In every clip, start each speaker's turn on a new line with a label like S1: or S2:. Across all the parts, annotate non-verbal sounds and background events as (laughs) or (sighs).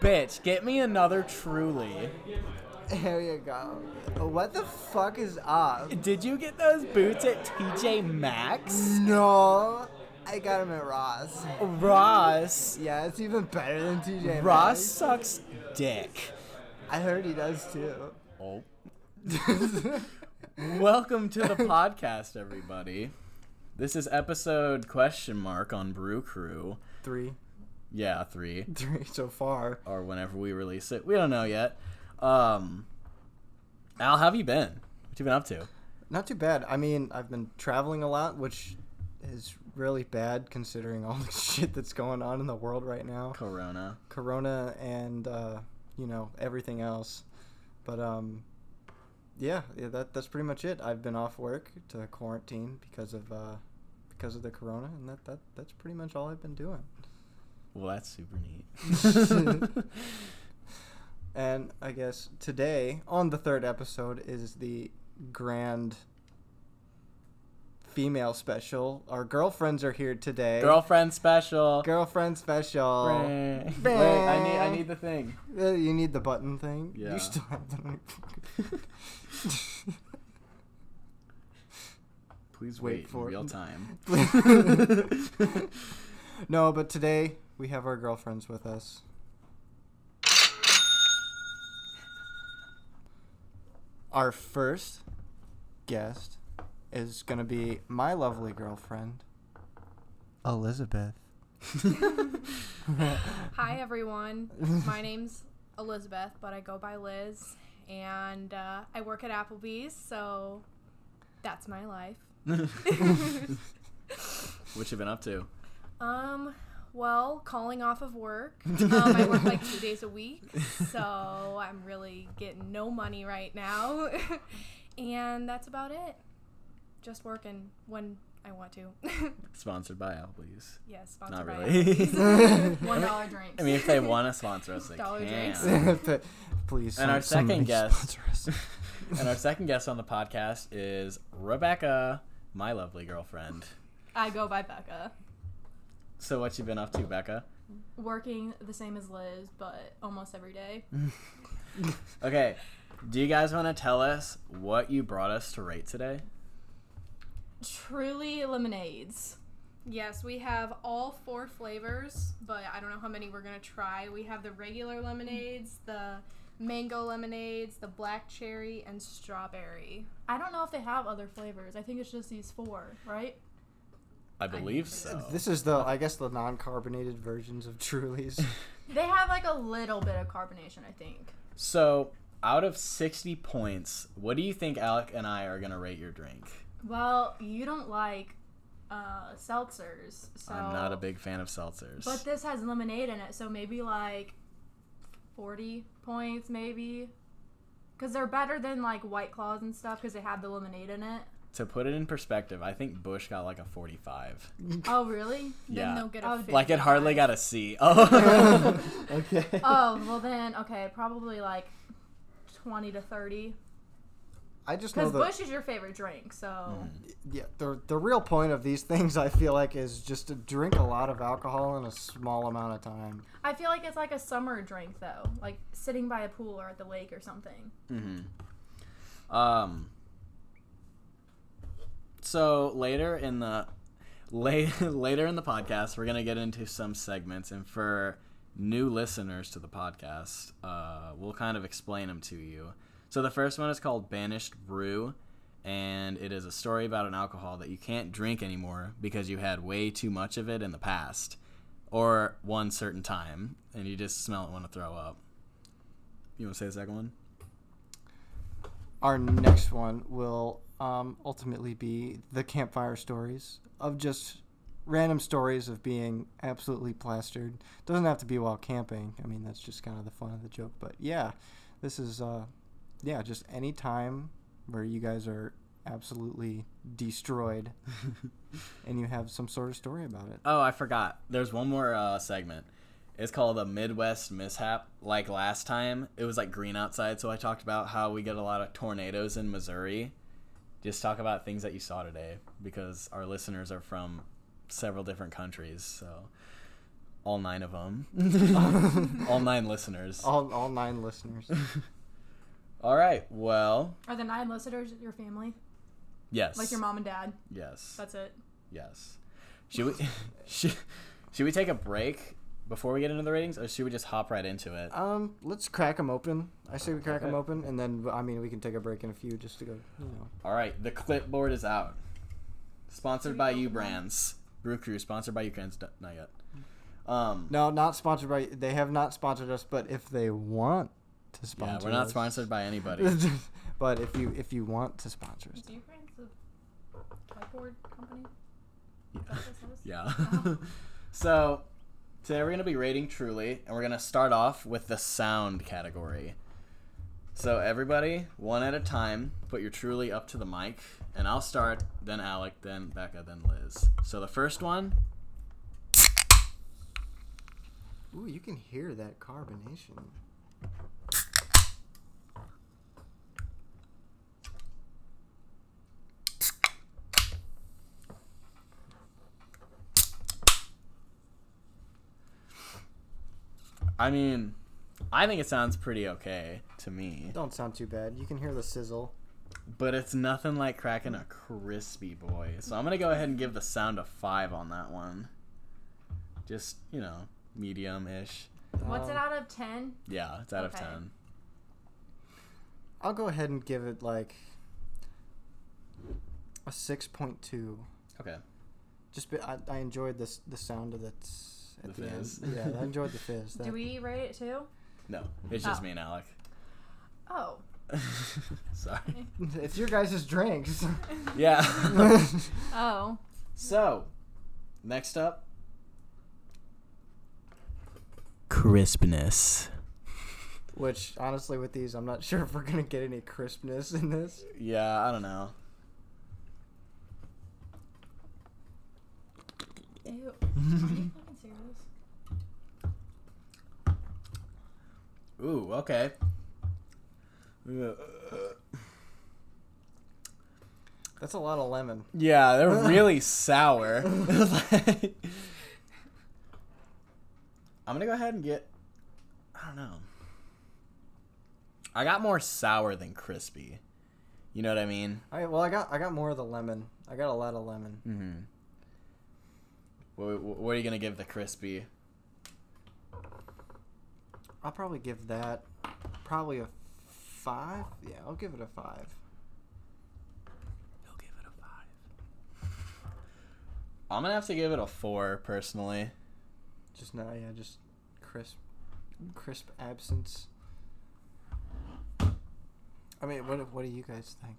S1: Bitch, get me another truly.
S2: There you go. What the fuck is up?
S1: Did you get those boots at TJ Maxx?
S2: No, I got him at Ross.
S1: Ross.
S2: Yeah, it's even better than TJ.
S1: Ross
S2: Maxx.
S1: sucks dick.
S2: I heard he does too.
S1: Oh. (laughs) Welcome to the podcast, everybody. This is episode question mark on Brew Crew.
S2: Three,
S1: Yeah, three.
S2: (laughs) three so far.
S1: Or whenever we release it. We don't know yet. Um Al, how have you been? What you been up to?
S2: Not too bad. I mean, I've been traveling a lot, which is really bad considering all the (laughs) shit that's going on in the world right now.
S1: Corona.
S2: Corona and uh, you know everything else. But um, yeah, yeah, that that's pretty much it. I've been off work to quarantine because of uh, because of the Corona, and that, that that's pretty much all I've been doing.
S1: Well, that's super (laughs) neat.
S2: And I guess today on the third episode is the grand female special. Our girlfriends are here today.
S1: Girlfriend special.
S2: Girlfriend special.
S1: Wait, I need I need the thing.
S2: Uh, You need the button thing.
S1: Yeah.
S2: You still have the.
S1: Please
S2: Wait
S1: wait, in
S2: for it.
S1: real time.
S2: no, but today we have our girlfriends with us. Our first guest is going to be my lovely girlfriend, Elizabeth.
S1: Uh-huh.
S3: Hi everyone.
S1: (laughs)
S3: My name's Elizabeth, but I go by Liz, and uh, I work at Applebee's, so that's my
S1: (laughs)
S3: life. (laughs)
S1: what you been up to?
S3: Um, well, calling off of work. Um, I work like two days a week, so I'm really getting no money right now, (laughs) and that's about it. Just working when I want to. (laughs)
S1: Sponsored by Applebee's.
S3: yes,
S1: Not
S3: sponsored by
S1: really. (laughs)
S3: Applebee's. (laughs) One dollar drinks.
S1: I mean, if they want to
S3: (laughs)
S1: sponsor us, they
S3: Dollar
S1: can.
S3: drinks.
S2: (laughs) Please.
S1: And our
S2: some-
S1: second
S2: somebody
S1: guest-
S2: sponsor us.
S1: (laughs) and our second guest on the podcast is Rebecca, my lovely girlfriend.
S4: I go by Becca.
S1: So what you been up to, Becca?
S4: Working the same as Liz, but almost every day.
S1: Mm-hmm. Okay, do you guys want to tell us what you brought us to rate today?
S4: Truly lemonades.
S3: Yes, we have all four flavors, but I don't know how many we're gonna try. We have the regular lemonades, the mango lemonades, the black cherry, and strawberry.
S4: I don't know if they have other flavors. I think it's just these four, right?
S1: I believe so.
S2: (laughs) This is the, I guess, the non carbonated versions
S1: (laughs)
S2: of Truly's.
S4: They have like a little bit of carbonation, I think.
S1: So out of 60 points, what do you think Alec and I are going to rate your drink?
S4: Well, you don't like uh, seltzers, so
S1: I'm not a big fan of seltzers.
S4: But this has lemonade in it, so maybe like forty points, maybe. Because they're better than like White Claws and stuff because they have the lemonade in it.
S1: to put it in perspective, I think Bush got like a 45.
S4: Oh, really?
S1: Yeah.
S3: Then they'll get a
S4: Oh,
S3: 50.
S1: Like it hardly got a
S4: (laughs)
S1: C. (laughs) Oh.
S2: (laughs) okay.
S4: oh, well then, okay, probably like 20 to 30.
S2: I just know
S4: Because
S2: the,
S4: Bush is your favorite drink, so.
S1: Mm-hmm.
S2: yeah, the, the real point of these (laughs) things, I feel like, is just to drink a lot of alcohol in a small amount of time.
S4: I feel like it's like a summer drink, though. Like sitting by a pool or at the lake or something.
S1: Um. So later in the late, (laughs) later in the podcast, we're gonna get into some segments, and for new listeners to the podcast, uh, we'll kind of explain them to you. So the first one is called Banished Brew, and it is a story about an alcohol that you can't drink anymore because you had way too much of it in the past, or one certain time, and you just smell it, want to throw up. You want to say the second one?
S2: Our next one will um, ultimately be the campfire stories of just random stories of being absolutely plastered. Doesn't have to be while camping. I mean, that's just kind of the fun of the joke. But yeah, this is, uh, yeah, just any time where you guys are absolutely destroyed and you have some sort of story about it.
S1: Oh, I forgot. There's one more uh, segment. It's called the Midwest Mishap. Like last time, it was like green outside, so I talked about how we get a lot of tornadoes in Missouri. Just talk about things that you saw today because our listeners are from several different countries. So, all nine of them, all nine listeners.
S2: all, all nine listeners.
S1: All right. Well,
S4: Are the nine listeners your family?
S1: yes.
S4: Like your mom and dad?
S1: Yes.
S4: That's it.
S1: Yes. Should we? (laughs) should, should we take a break before we get into the ratings, or should we just hop right into it?
S2: Um, let's crack them open. I say we crack them
S1: Okay. Hmm.
S2: open, and then I mean we can take a break in a few just to go. You know.
S1: All right, the clipboard is out. Sponsored
S4: Three
S1: by
S4: open
S1: you
S4: mics.
S1: brands. Brew Crew sponsored by you brands. D- Not yet. Um,
S2: No, not sponsored by. They have not sponsored us, but if they want to
S1: yeah,
S2: sponsor,
S1: we're not
S2: us-
S1: sponsored by
S2: (laughs)
S1: anybody. (laughs)
S2: but if you if you want to sponsor us,
S4: Do you friends the whiteboard company?
S1: yeah. (laughs) so today we're gonna be rating Truly, and we're gonna start off with the sound category. So everybody, one at a time, put your Truly up to the mic, and I'll start, then Alec, then Becca, then Liz. So the first one,
S2: ooh, you can hear that carbonation.
S1: I mean, I think it sounds pretty okay to me.
S2: Don't sound too bad. You can hear the sizzle.
S1: but it's nothing like cracking a crispy boy. So I'm gonna go ahead and give the sound a five on that one. Just you know, medium ish.
S4: What's it
S2: Um,
S4: out of 10?
S1: Yeah, it's out of
S4: Okay.
S1: ten.
S2: I'll go ahead and give it like a six point two.
S1: Okay.
S2: Just be, I, I enjoyed this the sound of the tss at
S1: The
S2: the,
S1: fizz.
S2: end. Yeah, I
S1: (laughs)
S2: enjoyed the fizz. That,
S4: Do we rate it too?
S1: No, it's just
S4: Oh.
S1: me and Alec. (laughs)
S3: (laughs)
S4: Oh.
S1: Sorry.
S2: It's your guys' drinks.
S1: (laughs)
S2: (laughs)
S1: Yeah.
S4: Oh.
S1: so, next up, crispness.
S2: Which honestly, with these, I'm not sure if we're gonna get any crispness in this.
S1: Yeah, I don't know.
S4: Ew. Are you fucking serious?
S1: Ooh, okay.
S2: That's a lot of lemon.
S1: Yeah, they're really sour. (laughs) I'm gonna go ahead and get. I don't know. I got more sour than crispy. You know what I mean?
S2: All right, well, I got I got more of the lemon. I got a lot of lemon.
S1: Mm-hmm. What, what are you gonna give the crispy?
S2: I'll probably give that probably a five. Yeah, I'll give it a five.
S1: He'll give it a five. I'm gonna have to give it a four personally.
S2: Just now, yeah, just crisp, crisp absence. I mean, what what do you guys think?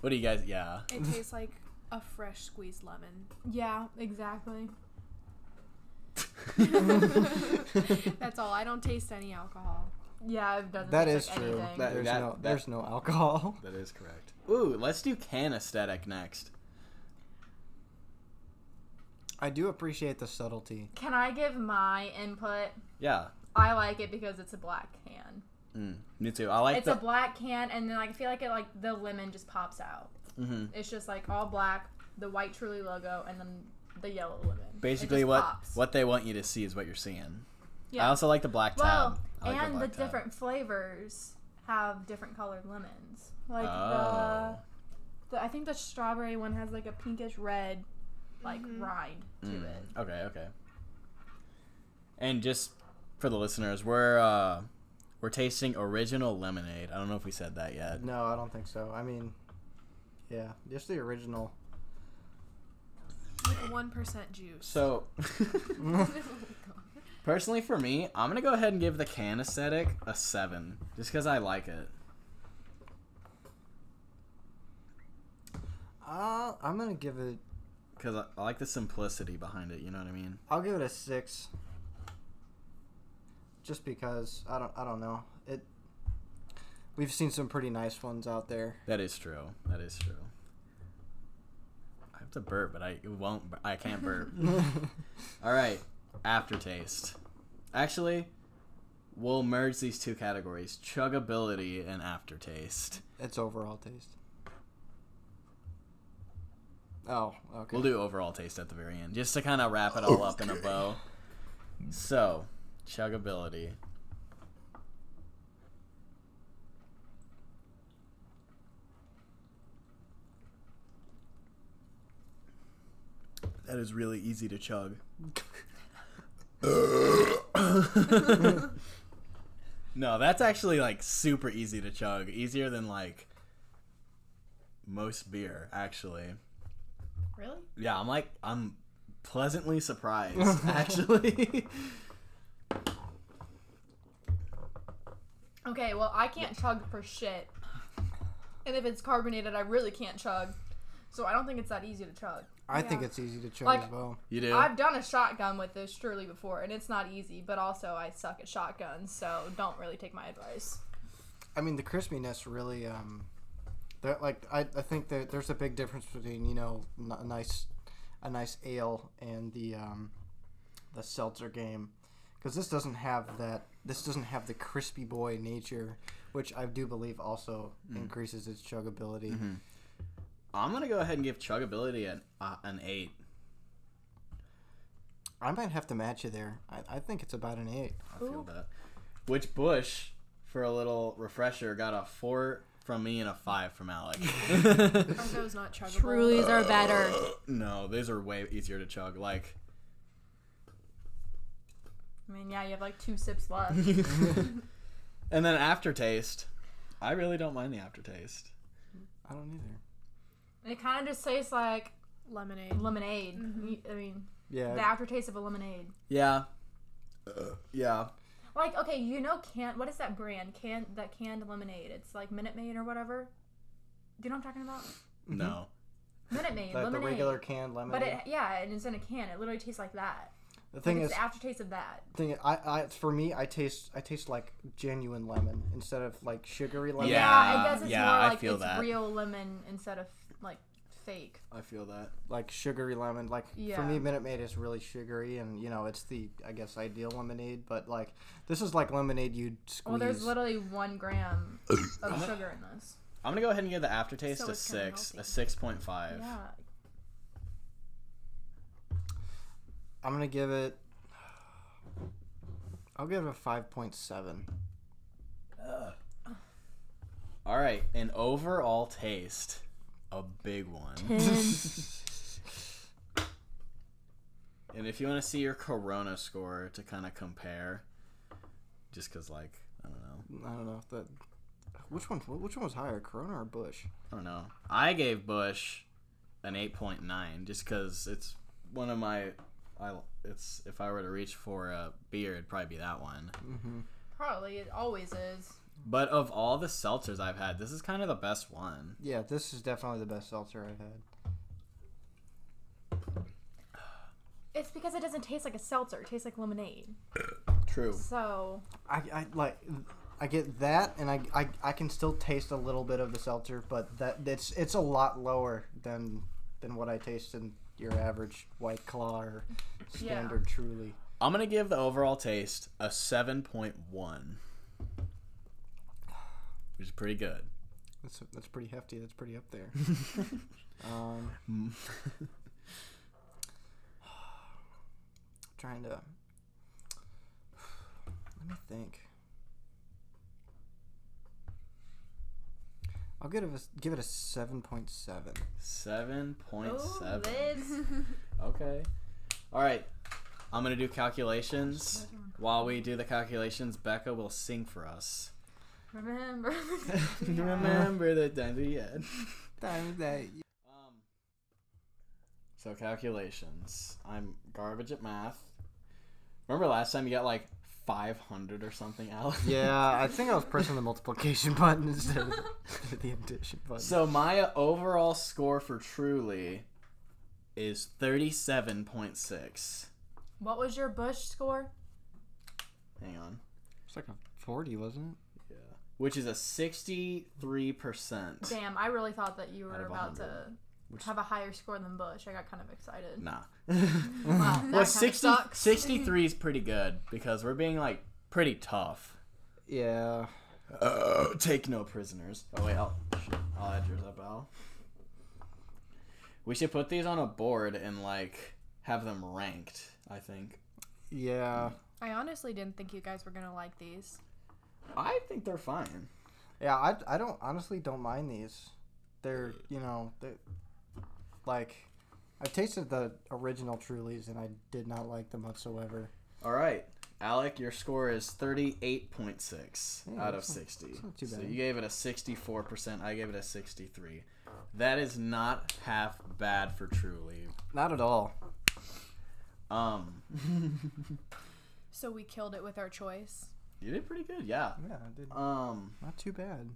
S1: What do you guys? Yeah. (laughs)
S3: It tastes like a fresh squeezed lemon.
S4: Yeah, exactly.
S3: (laughs) That's all. I don't taste any alcohol.
S4: Yeah, it doesn't
S2: That
S4: taste
S2: is
S4: like
S2: true.
S4: anything.
S1: That-
S2: there's no
S1: that-
S2: there's no alcohol. (laughs)
S1: That is correct. Ooh, let's do can aesthetic next.
S2: I do appreciate the subtlety.
S4: Can I give my input?
S1: Yeah.
S4: I like it because it's a black can.
S1: Mm, me too. I like
S4: it's
S1: the.
S4: a black can, and then like, I feel like it like the lemon just pops out.
S1: Mhm.
S4: It's just like all black, the white Truly logo, and then the yellow lemon. It
S1: Basically,
S4: just
S1: what
S4: pops.
S1: what they want you to see is what you're seeing. I
S4: Yeah.
S1: also like the black tab.
S4: Well,
S1: I like
S4: and the,
S1: black tab.
S4: different flavors have different colored lemons. Like
S1: Oh.
S4: the, the, I think the strawberry one has like a pinkish red, like
S3: Mm-hmm.
S4: rind to
S1: Mm,
S4: it.
S1: Okay, okay. And just for the listeners, we're uh, we're tasting original lemonade. I don't know if we said that yet.
S2: No, I don't think so. I mean, yeah, just the original.
S3: Like one percent juice.
S4: (laughs)
S3: (laughs) Oh
S1: So, personally, for me, I'm gonna go ahead and give the can aesthetic a seven, just because I like it.
S2: Uh, I'm gonna give it.
S1: Because I, I like the simplicity behind it. You know what I mean?
S2: I'll give it a six. Just because I don't, I don't know it. We've seen some pretty nice ones out there. (laughs)
S1: That is true. That is true. I have to burp, but I it won't. bur- I can't burp.
S4: (laughs)
S1: All right, aftertaste. Actually, we'll merge these two categories: chuggability and aftertaste.
S2: it's overall taste. Oh, okay. Oh,
S1: We'll do overall taste at the very end, just to kind of wrap it all up in a bow. So, chuggability. That is really easy to chug. (laughs) no, that's actually like super easy to chug. Easier than like most beer, actually.
S3: Really?
S1: Yeah, I'm like I'm pleasantly
S3: (laughs)
S1: surprised actually.
S3: Okay, well, I can't chug for shit. And if it's carbonated, I really can't chug. So I don't think it's that easy to chug.
S2: I think
S4: Yeah.
S2: it's easy to chug
S3: Like-
S2: as well.
S1: you do.
S3: I've done a shotgun with this surely before, and it's not easy, but also I suck at shotguns, so don't really take my advice.
S2: I mean, the crispiness really. Um, that like I, I think that there's a big difference between you know n- a nice, a nice ale and the um, the seltzer game, because this doesn't have that. This doesn't have the crispy boy nature, which I do believe also increases its chuggability.
S1: I'm gonna go ahead and give chuggability an uh, an eight.
S2: I might have to match you there. I, I think it's about an eight.
S1: I feel
S3: Ooh.
S1: that. Which Bush, for a little refresher, got a four from me and a five from
S3: (laughs)
S1: Alec. (laughs)
S3: Are those not chuggable?
S4: Trulies are better.
S1: no, these are way easier to chug. Like
S4: I mean, yeah, you have like two
S2: (laughs)
S4: sips left.
S1: And then aftertaste. I really don't mind the aftertaste.
S2: I don't either.
S4: it kind of just tastes like
S3: Lemonade.
S4: lemonade. You- I mean,
S2: Yeah.
S4: the aftertaste of a lemonade.
S1: Yeah. yeah.
S4: Like, okay, you know, can what is that brand? Can that canned lemonade? It's like Minute Maid or whatever. Do you know what I'm talking about?
S3: Mm-hmm.
S1: No.
S4: Minute Maid
S2: like the
S4: lemonade.
S2: regular canned lemonade.
S4: but it, yeah, and it's in a can. It literally tastes like that.
S2: the
S4: Like,
S2: thing
S4: it's
S2: is,
S4: the aftertaste of that.
S2: thing I, I for me, I taste I taste like genuine lemon instead of like sugary lemon.
S1: Yeah,
S4: I guess it's
S1: yeah,
S4: more
S1: I
S4: like
S1: feel
S4: it's
S1: that.
S4: real lemon instead of like fake.
S1: I feel that.
S2: like sugary lemon. Like for
S4: Yeah.
S2: me, Minute Maid is really sugary, and you know it's the I guess ideal lemonade. But like this is like lemonade you'd squeeze.
S4: Well, there's literally one gram
S1: (coughs)
S4: of sugar in this.
S1: I'm gonna go ahead and give the aftertaste
S3: So
S1: a
S3: it's kinda
S1: six,
S3: healthy.
S1: a six point five.
S4: Yeah,
S2: I'm gonna give it. I'll give it a five point seven.
S1: All right, an overall taste, a big one. (laughs) and if you want to see your Corona score to kind of compare, just because like I don't know,
S2: I don't know if that. Which one? Which one was higher, Corona or Bush?
S1: I don't know. I gave Bush an 8.9 just because it's one of my. I it's if I were to reach for a beer, it'd probably be that one.
S4: probably it always is.
S1: But of all the seltzers I've had, this is kind of the best one.
S2: Yeah, this is definitely the best seltzer I've had.
S4: It's because it doesn't taste like a seltzer. It tastes like lemonade.
S1: True.
S4: So
S2: I, I like I get that and I, I I can still taste a little bit of the seltzer, but that it's it's a lot lower than than what I taste in your average white claw or standard truly.
S1: I'm gonna give the overall taste a 7.1, which is pretty good.
S2: That's that's pretty hefty, that's pretty up there. um (sighs) trying to (sighs) let me think. I'll give it a, give it a seven point seven.
S1: 7.7.
S3: (laughs)
S4: Liz.
S1: Okay. All right. I'm gonna do calculations. While we do the calculations, Becca will sing for us. (laughs)
S4: Remember.
S1: Remember the times we had.
S2: Time that
S1: Um, so calculations. I'm garbage at math. Remember last time you got like 500 or something, Alex?
S2: Yeah, I think I was pressing the multiplication (laughs) button instead of the, the addition button.
S1: So my overall score for Truly is 37.6.
S4: what was your Bush score?
S1: Hang on.
S2: it's like a forty, wasn't
S1: Yeah. Which is a 63%.
S4: Damn, I really thought that you were
S1: of
S4: about
S1: 100.
S4: to have a higher score than Bush. I got kind of excited.
S1: Nah.
S4: Wow, that
S1: Well,
S4: kinda
S1: 60,
S4: sucks.
S1: 63 is pretty good because we're being like pretty tough.
S2: it? Yeah.
S1: Uh, take no prisoners. Oh wait, I'll shit, I'll add yours up, Al. We should put these on a board and like have them ranked. I think.
S2: Yeah.
S3: I honestly didn't think you guys were gonna like these.
S1: I think they're fine.
S2: Yeah, I, I don't honestly don't mind these. They're you know they like I've tasted the original Trulies and I did not like them whatsoever.
S1: All right, Alec, your score is thirty-eight point six
S2: Yeah,
S1: out of
S2: that's not-
S1: sixty.
S2: that's not too
S1: So
S2: bad.
S1: you gave it a sixty-four percent. I gave it a sixty-three. That is not half bad for Truly.
S2: Not at all.
S1: Um,
S3: So we killed it with our choice.
S1: you did pretty good. Yeah.
S2: Yeah, I did
S1: Um.
S2: not too bad.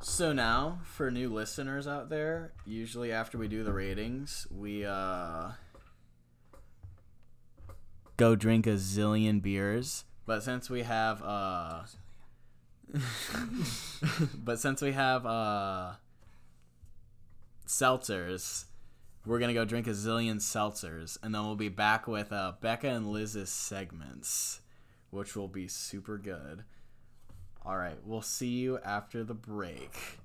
S1: So now, for new listeners out there, usually after we do the ratings, we uh go drink a zillion beers. But since we have uh (laughs) but since we have uh seltzers, we're gonna go drink a zillion seltzers, and then we'll be back with uh, Becca and Liz's segments, which will be super good. All right, we'll see you after the break.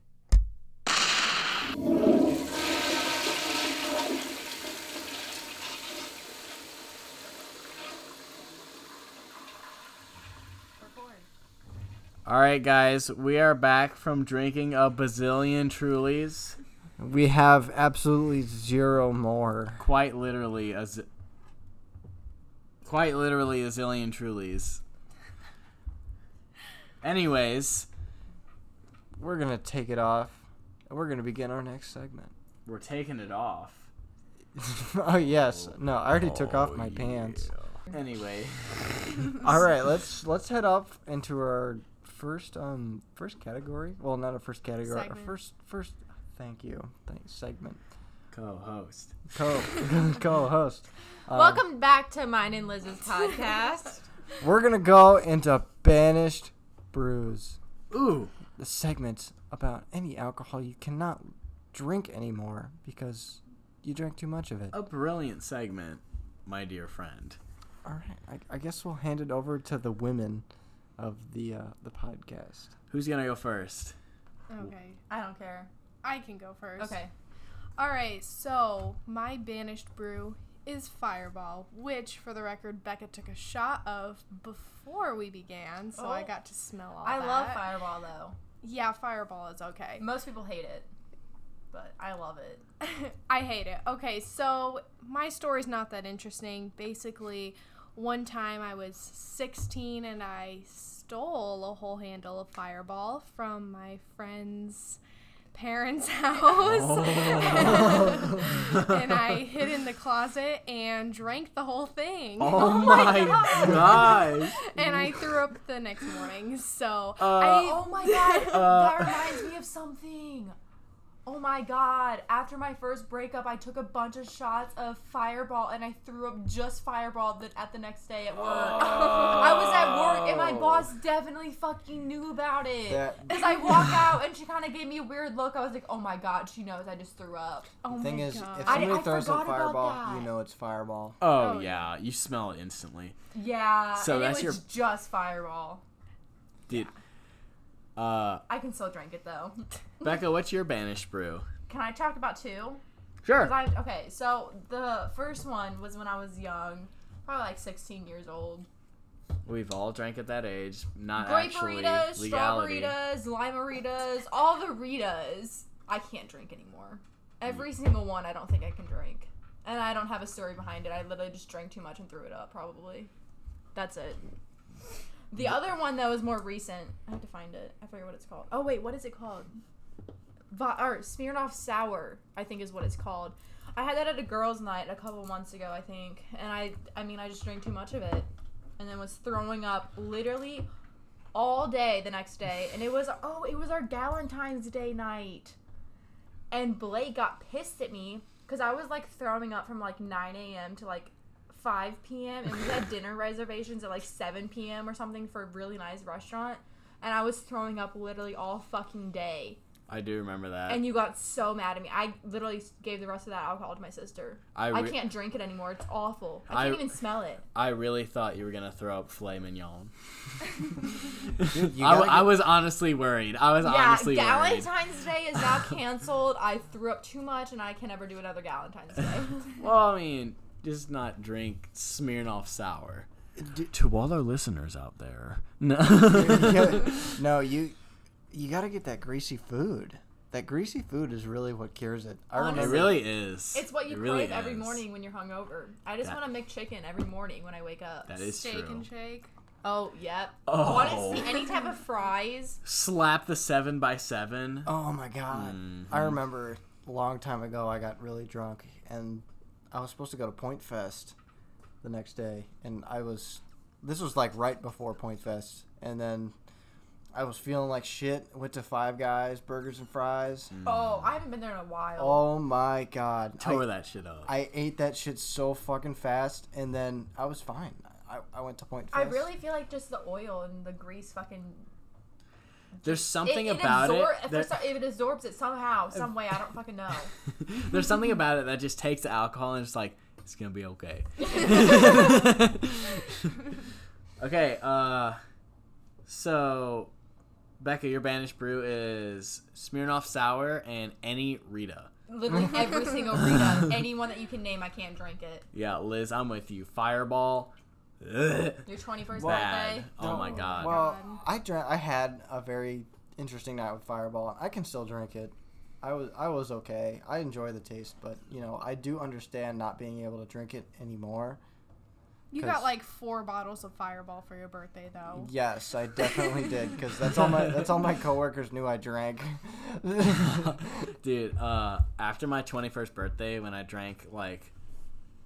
S1: All right, guys, we are back from drinking a bazillion Trulies.
S2: We have absolutely zero more.
S1: Quite literally a z- quite literally a zillion Trulies. Anyways,
S2: We're gonna take it off. and We're gonna begin our next segment.
S1: we're taking it off.
S2: (laughs) oh yes. No, I already took
S1: Oh,
S2: off my pants.
S1: Anyway,
S2: All right, let's let's head up into our first um first category. Well, not a first category. Our
S3: Segment.
S2: first first. Thank you. Thanks. Segment.
S1: co-host.
S2: Co (laughs) co-host. Um,
S4: Welcome back to mine and
S3: (laughs)
S4: Liz's podcast.
S2: We're gonna go into banished brews.
S1: Ooh,
S2: The segment about any alcohol you cannot drink anymore because you drank too much of it.
S1: a brilliant segment, my dear friend.
S2: All right. I, I guess we'll hand it over to the women of the uh, the podcast.
S1: Who's gonna go first?
S3: Okay,
S4: I don't care.
S3: I can go first.
S4: Okay.
S3: All right. So my banished brew is Fireball, which, for the record, Becca took a shot of before we began, so I
S4: Oh.
S3: got to smell all
S4: I
S3: that.
S4: love Fireball though.
S3: Yeah, Fireball is okay.
S4: Most people hate it, but I love it.
S3: (laughs) I hate it. Okay, so my story's not that interesting. Basically, one time I was 16 and I stole a whole handle of Fireball from my friend's parents' (laughs) house. and I hid in the closet and drank the whole thing.
S1: Oh
S3: (laughs)
S1: (laughs)
S2: Oh
S3: Oh
S1: my gosh!
S3: And I threw up the next morning. So
S4: Oh
S3: I
S4: my
S2: (laughs)
S3: (laughs)
S4: god,
S1: Uh,
S4: that reminds me of something. Oh my god, after my first breakup, I took a bunch of shots of Fireball and I threw up just Fireball the, at the next day at work. (laughs) I was at work and my
S3: Oh.
S4: boss definitely fucking knew about it.
S2: That-
S4: Because I walk out and she kind of gave me a weird look. I was like, oh my god, she knows I just threw up.
S3: oh
S2: Thing
S3: my
S2: is,
S3: God.
S2: if
S4: I-
S2: somebody
S4: I
S2: throws a
S4: forgot about
S2: fireball, you
S4: that.
S2: know it's fireball.
S1: Oh,
S3: Oh,
S1: yeah, you smell it instantly,
S4: Yeah,
S1: So
S4: and
S1: that's
S4: it was just Fireball.
S1: dude. Uh,
S4: I can still drink it though. (laughs)
S1: Becca, what's your banished brew?
S4: Can I talk about two?
S1: Sure.
S4: Cause I, okay, so the first one was when I was young, probably like 16 years old.
S1: We've all drank at that age. Not
S4: Grape
S1: actually
S4: burritos, straw
S1: legality.
S4: burritos, lime burritos, all the Ritas. I can't drink anymore.
S1: Mm.
S4: Every single one I don't think I can drink. And I don't have a story behind it. I literally just drank too much and threw it up, probably. That's it. The other one, though, is more recent. I have to find it. I forget what it's called. Oh, wait, what is it called? Va- or Smirnoff Sour, I think is what it's called. I had that at a girls' night a couple months ago, I think. And I, I mean, I just drank too much of it. And then was throwing up literally all day the next day, and it was oh, it was our Galentine's Day night, and Blake got pissed at me because I was like throwing up from like 9 a.m. to like 5 p.m. and we
S1: (laughs)
S4: had dinner reservations at like 7 p.m. or something for a really nice restaurant, and I was throwing up literally all fucking day,
S1: I do remember that.
S4: and you got so mad at me. I literally gave the rest of that alcohol to my sister.
S1: I,
S4: I
S1: re-
S4: can't drink it anymore. It's awful. I can't
S1: I-
S4: even smell it.
S1: I really thought you were gonna throw up filet mignon.
S4: (laughs)
S2: Dude, you
S1: I,
S2: gotta
S1: I was honestly worried. I was
S4: Yeah,
S1: honestly worried.
S4: Valentine's Day
S1: (laughs)
S4: is now canceled. I threw up too much, and I can never do another Valentine's Day.
S1: Well, I mean, just not drink Smirnoff Sour. to all our listeners out there, (laughs) no,
S2: no, you you got to get that greasy food. That greasy food is really what cures it. I
S1: it
S4: Honestly.
S2: remember.
S1: really is.
S4: It's what you
S1: It
S4: crave
S1: really
S4: every
S1: is.
S4: morning when you're hungover. I just
S1: That-
S4: want to make chicken every morning when I wake up.
S1: That is
S3: Shake
S1: true.
S3: and shake.
S4: Oh, yep.
S1: Oh.
S4: Honestly, any type of fries.
S1: Slap the seven by seven.
S2: Oh my god! I remember a long time ago. I got really drunk, and I was supposed to go to Point Fest the next day, and I was. This was like right before Point Fest, and then I was feeling like shit. Went to Five Guys, burgers and fries.
S1: Mm.
S4: Oh, I haven't been there in a while.
S2: Oh my god! I-
S1: Tore that shit up.
S2: I ate that shit so fucking fast, and then I was fine. I, I went to Point
S4: I
S2: Fest.
S4: really feel like just the oil and the grease fucking.
S1: There's something
S4: it, it
S1: about
S4: absor-
S1: it.
S4: if
S1: that-
S4: it's- if it absorbs it somehow, some way. I don't
S1: (laughs)
S4: fucking know.
S1: There's something about it that just takes the alcohol and it's like, it's gonna be okay. okay, uh so Becca, your banished brew is Smirnoff Sour and any Rita.
S4: Literally every
S1: (laughs)
S4: single Rita, anyone that you can name, I can't drink it.
S1: Yeah, Liz, I'm with you. Fireball. Ugh,
S4: Your 21st
S1: bad.
S4: birthday.
S1: Oh my god.
S2: Well,
S3: God.
S2: I drank. I had a very interesting night with Fireball. I can still drink it. I was I was okay. I enjoy the taste, but you know I do understand not being able to drink it anymore.
S3: You
S2: 'Cause-
S3: got like four bottles of Fireball for your birthday, though.
S2: Yes, I
S4: (laughs)
S2: definitely did because that's all my that's all my coworkers knew I drank. (laughs)
S1: (laughs) Dude, uh after my 21st birthday when I drank like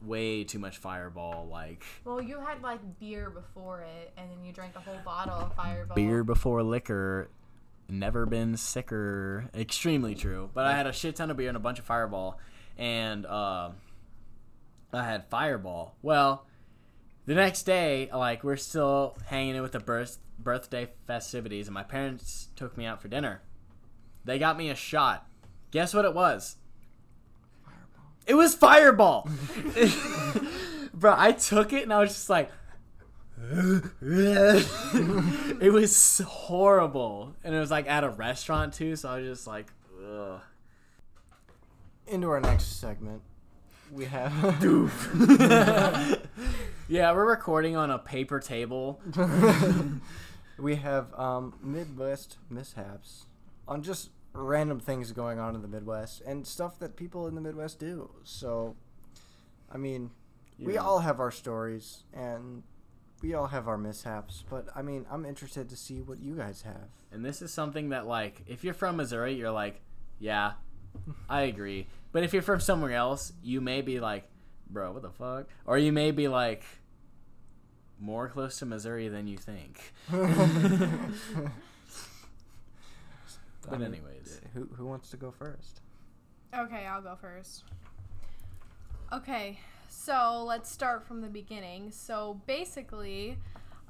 S1: way too much Fireball like
S4: Well, you had like beer before it, and then you drank a whole bottle of Fireball.
S1: beer before liquor never been sicker extremely true but i had a shit ton of beer and a bunch of fireball and uh, i had fireball well the next day like we're still hanging out with the birth- birthday festivities and my parents took me out for dinner they got me a shot guess what it was it was fireball (laughs) bro i took it and i was just like it was horrible, and it was like at a restaurant too. So I was just like, ugh. (laughs)
S2: Into our next segment, we have (laughs)
S1: yeah, we're recording on a paper table.
S2: (laughs) we have um, Midwest mishaps on just random things going on in the Midwest and stuff that people in the Midwest do. So, I mean, we
S1: Yeah.
S2: all have our stories and we all have our mishaps, but I mean, I'm interested to see what you guys (laughs) have.
S1: And this is something that, like, if you're from Missouri, you're like, yeah, I agree. But if you're from somewhere else, you may be like, bro, what the fuck? Or you may be like, more close to Missouri than you think. But anyways.
S2: Who, who wants to go first?
S3: Okay, I'll go first. Okay, so let's start from the beginning. So basically,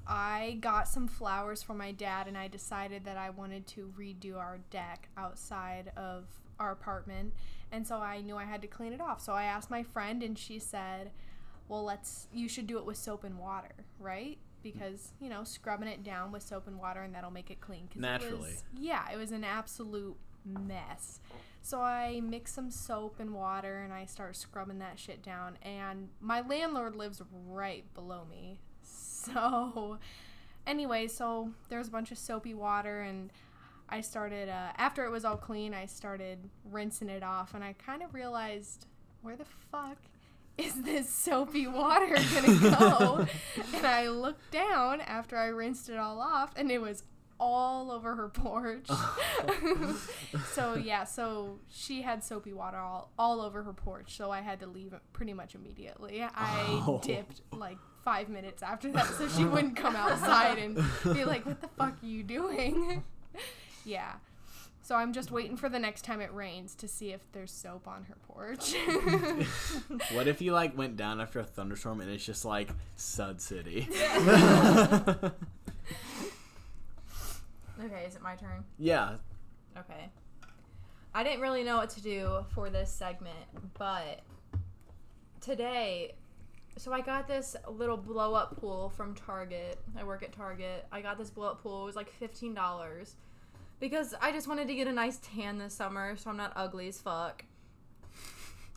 S3: I got some flowers for my dad, and I decided that I wanted to redo our deck outside of our apartment. And so I knew I had to clean it off. So I asked my friend, and she said, Well, let's, you should do it with soap and water, right? Because, you know, scrubbing it down with soap and water, and that'll make it clean. 'Cause it was-
S1: Naturally.
S3: yeah, it was an absolute mess. So I mix some soap and water and I start scrubbing that shit down. And my landlord lives right below me. (laughs) So, anyway, so there's a bunch of soapy water and I started, uh, after it was all clean, I started rinsing it off and I kind of realized where the fuck is this (laughs) soapy water gonna go? (laughs) and I looked down after I rinsed it all off and it was all over her porch. (laughs) so yeah, so she had soapy water all, all over her porch, so I had to leave pretty much immediately. I
S1: Oh.
S3: dipped like five minutes after that so she wouldn't come outside and be like, What the fuck are you doing? (laughs) yeah. So I'm just waiting for the next time it rains to see if there's soap on her porch. (laughs)
S1: What if you, like, went down after a thunderstorm and it's just like Sud City?
S4: (laughs) Okay, is it my turn?
S1: (laughs) yeah,
S4: Okay. I didn't really know what to do for this segment, but today, so I got this little blow up pool from Target. I work at Target. I got this blow up pool. It was like $15 because I just wanted to get a nice tan this (laughs) summer so I'm not ugly as fuck.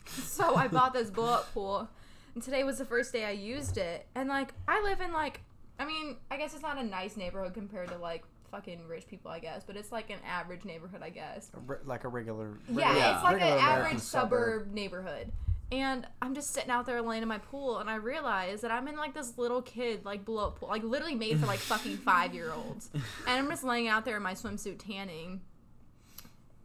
S4: So I bought this blow up pool. And today was the first day I used it. And like I live in like I mean, I guess it's not a nice neighborhood compared to like fucking rich people, I guess, but it's like an average neighborhood, I guess.
S2: A re- like a regular.
S4: Yeah,
S1: Yeah.
S4: it's like
S2: regular
S4: an
S2: American
S4: average suburb neighborhood. And I'm just sitting out there laying in my pool, and I realize that I'm in like this little kid, like blow up pool, like literally made for like fucking five year olds. And I'm just laying out there in my swimsuit tanning.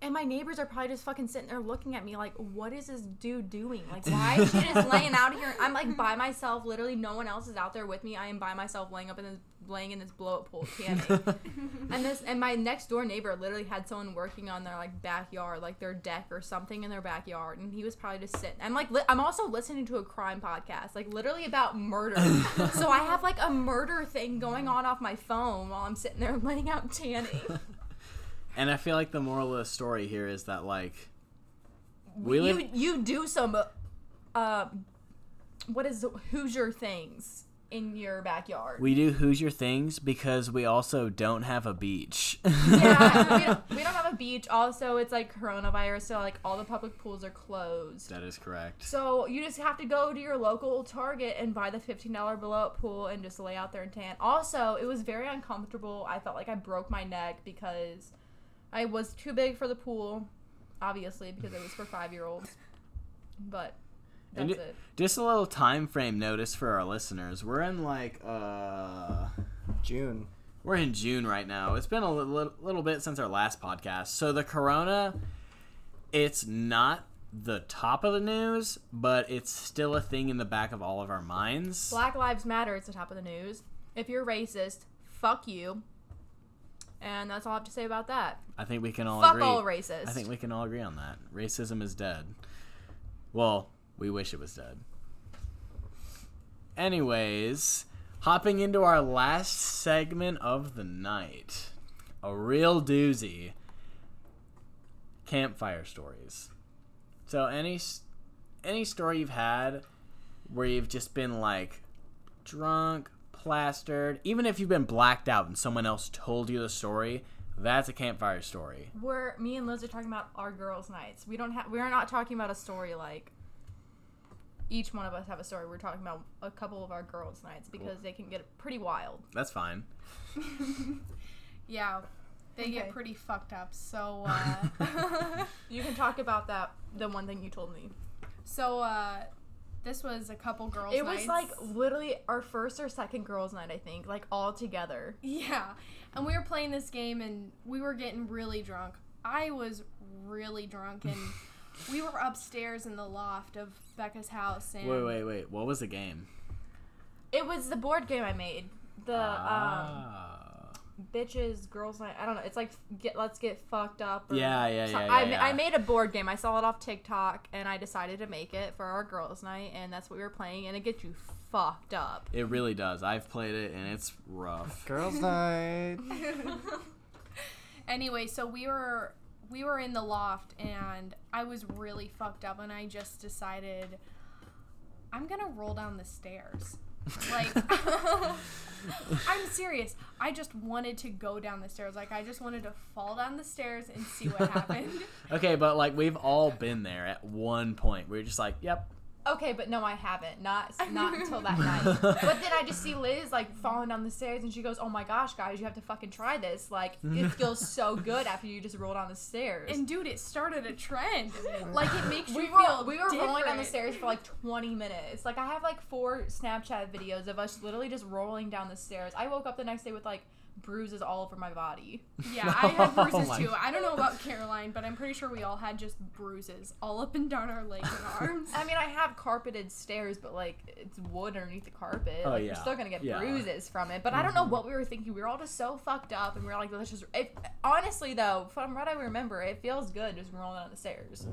S4: And my neighbors are probably just fucking sitting there looking at me like, what is this dude doing? Like, why is she just laying out here? I'm like by myself. Literally, no one else is out there with me. I am by myself laying up in this, laying in this blow up pool tanning. And this and my next door neighbor literally had someone working on their like backyard, like their deck or something in their backyard, and he was probably just sitting. I'm like, li- I'm also listening to a crime podcast, like literally about murder. so I have like a murder thing going on off my phone while I'm sitting there (laughs) laying out tanning.
S1: And I feel like the moral of the story here is that like we live
S4: you you do some, uh, what is Hoosier things in your backyard?
S1: we do Hoosier things because we also don't have a beach. (laughs)
S4: yeah, we don't, we don't have a beach. Also, it's like coronavirus, so like all the public pools are closed.
S1: that is correct.
S4: So you just have to go to your local Target and buy the fifteen dollar blow up pool and just lay out there and tan. Also, it was very uncomfortable. I felt like I broke my neck because I was too big for the pool, obviously because it was for five year olds. But that's
S1: And ju-
S4: it.
S1: Just a little time frame notice for our listeners. We're in like uh
S2: June.
S1: we're in June right now. It's been a li- li- little bit since our last podcast. So the corona it's not the top of the news, but it's still a thing in the back of all of our minds.
S4: Black Lives Matter is the top of the news. If you're racist, fuck you. And that's all I have to say about that.
S1: I think we can all
S4: fuck
S1: agree.
S4: all racists.
S1: I think we can all agree on that. Racism is dead. Well, we wish it was dead. Anyways, hopping into our last segment of the night. A real doozy. Campfire stories. So any s- any story you've had where you've just been like drunk, plastered, even if you've been blacked out and someone else told you the story, that's a campfire story.
S4: we're me and Liz are talking about our girls' nights. We don't have we're not talking about a story like each one of us have a story. We're talking about a couple of our girls' nights because they can get pretty wild.
S1: That's fine.
S3: yeah, they get
S4: Okay.
S3: pretty fucked up. So, uh,
S4: You can talk about that the one thing you told me.
S3: so uh, this was a couple girls.
S4: it was
S3: nights. (laughs)
S4: like literally our first or second girls' night, I think, like all together.
S3: Yeah. And we were playing this game and we were getting really drunk. I was really
S4: (laughs)
S3: drunk and we were upstairs in the loft of Becca's house and
S1: Wait, wait, wait. What was the game?
S4: It was the board game I made. The um
S1: Ah.
S4: bitches girls night. I don't know. It's like get let's get fucked up. Or
S1: Yeah, yeah,
S4: So-
S1: yeah,
S4: I,
S1: yeah,
S4: ma- I
S1: yeah.
S4: made a board game. I saw it off TikTok, and I decided to make it for our girls' night, and that's what we were playing. And it gets you fucked
S3: (laughs)
S4: up.
S1: It really does. I've played it and it's
S2: (laughs)
S1: rough.
S4: (laughs)
S2: Girls' night.
S3: anyway, so we were we were in the loft and I was really fucked up and I just decided I'm going to roll down the stairs.
S1: (laughs)
S3: Like (laughs)
S4: (laughs)
S3: I'm serious. I just wanted to go down the stairs. Like I just wanted to fall down the stairs and
S1: (laughs)
S3: see what happened.
S1: Okay, but like we've all been there at one point. We're just like, yep.
S4: Okay, but no, I haven't. Not not until that night. But then I just see Liz like falling down the stairs, and she goes, "Oh my gosh, guys, you have to fucking try this. Like
S1: (laughs)
S4: it feels so good after you just roll down the stairs."
S3: And dude, it started a trend. Like it makes you
S4: we
S3: feel
S4: were, we were rolling down the
S3: different.
S4: stairs for like 20 minutes. Like I have like four Snapchat videos of us literally just rolling down the stairs. I woke up the next day with like bruises all over my body.
S1: (laughs)
S3: Yeah, I had
S1: Oh
S3: bruises
S1: my
S3: too. I don't know about Caroline, but I'm pretty sure we all had just bruises all up and down our legs
S1: (laughs)
S3: and arms.
S4: I mean, I have carpeted stairs, but like it's wood underneath the carpet.
S1: Oh,
S4: like,
S1: yeah.
S4: You're still gonna get
S1: Yeah. Mm-hmm.
S4: bruises from it. But I don't know what we were thinking. We were all just so fucked up, and we were like, let's just. It, honestly, though, from what I remember, it feels good just rolling down the stairs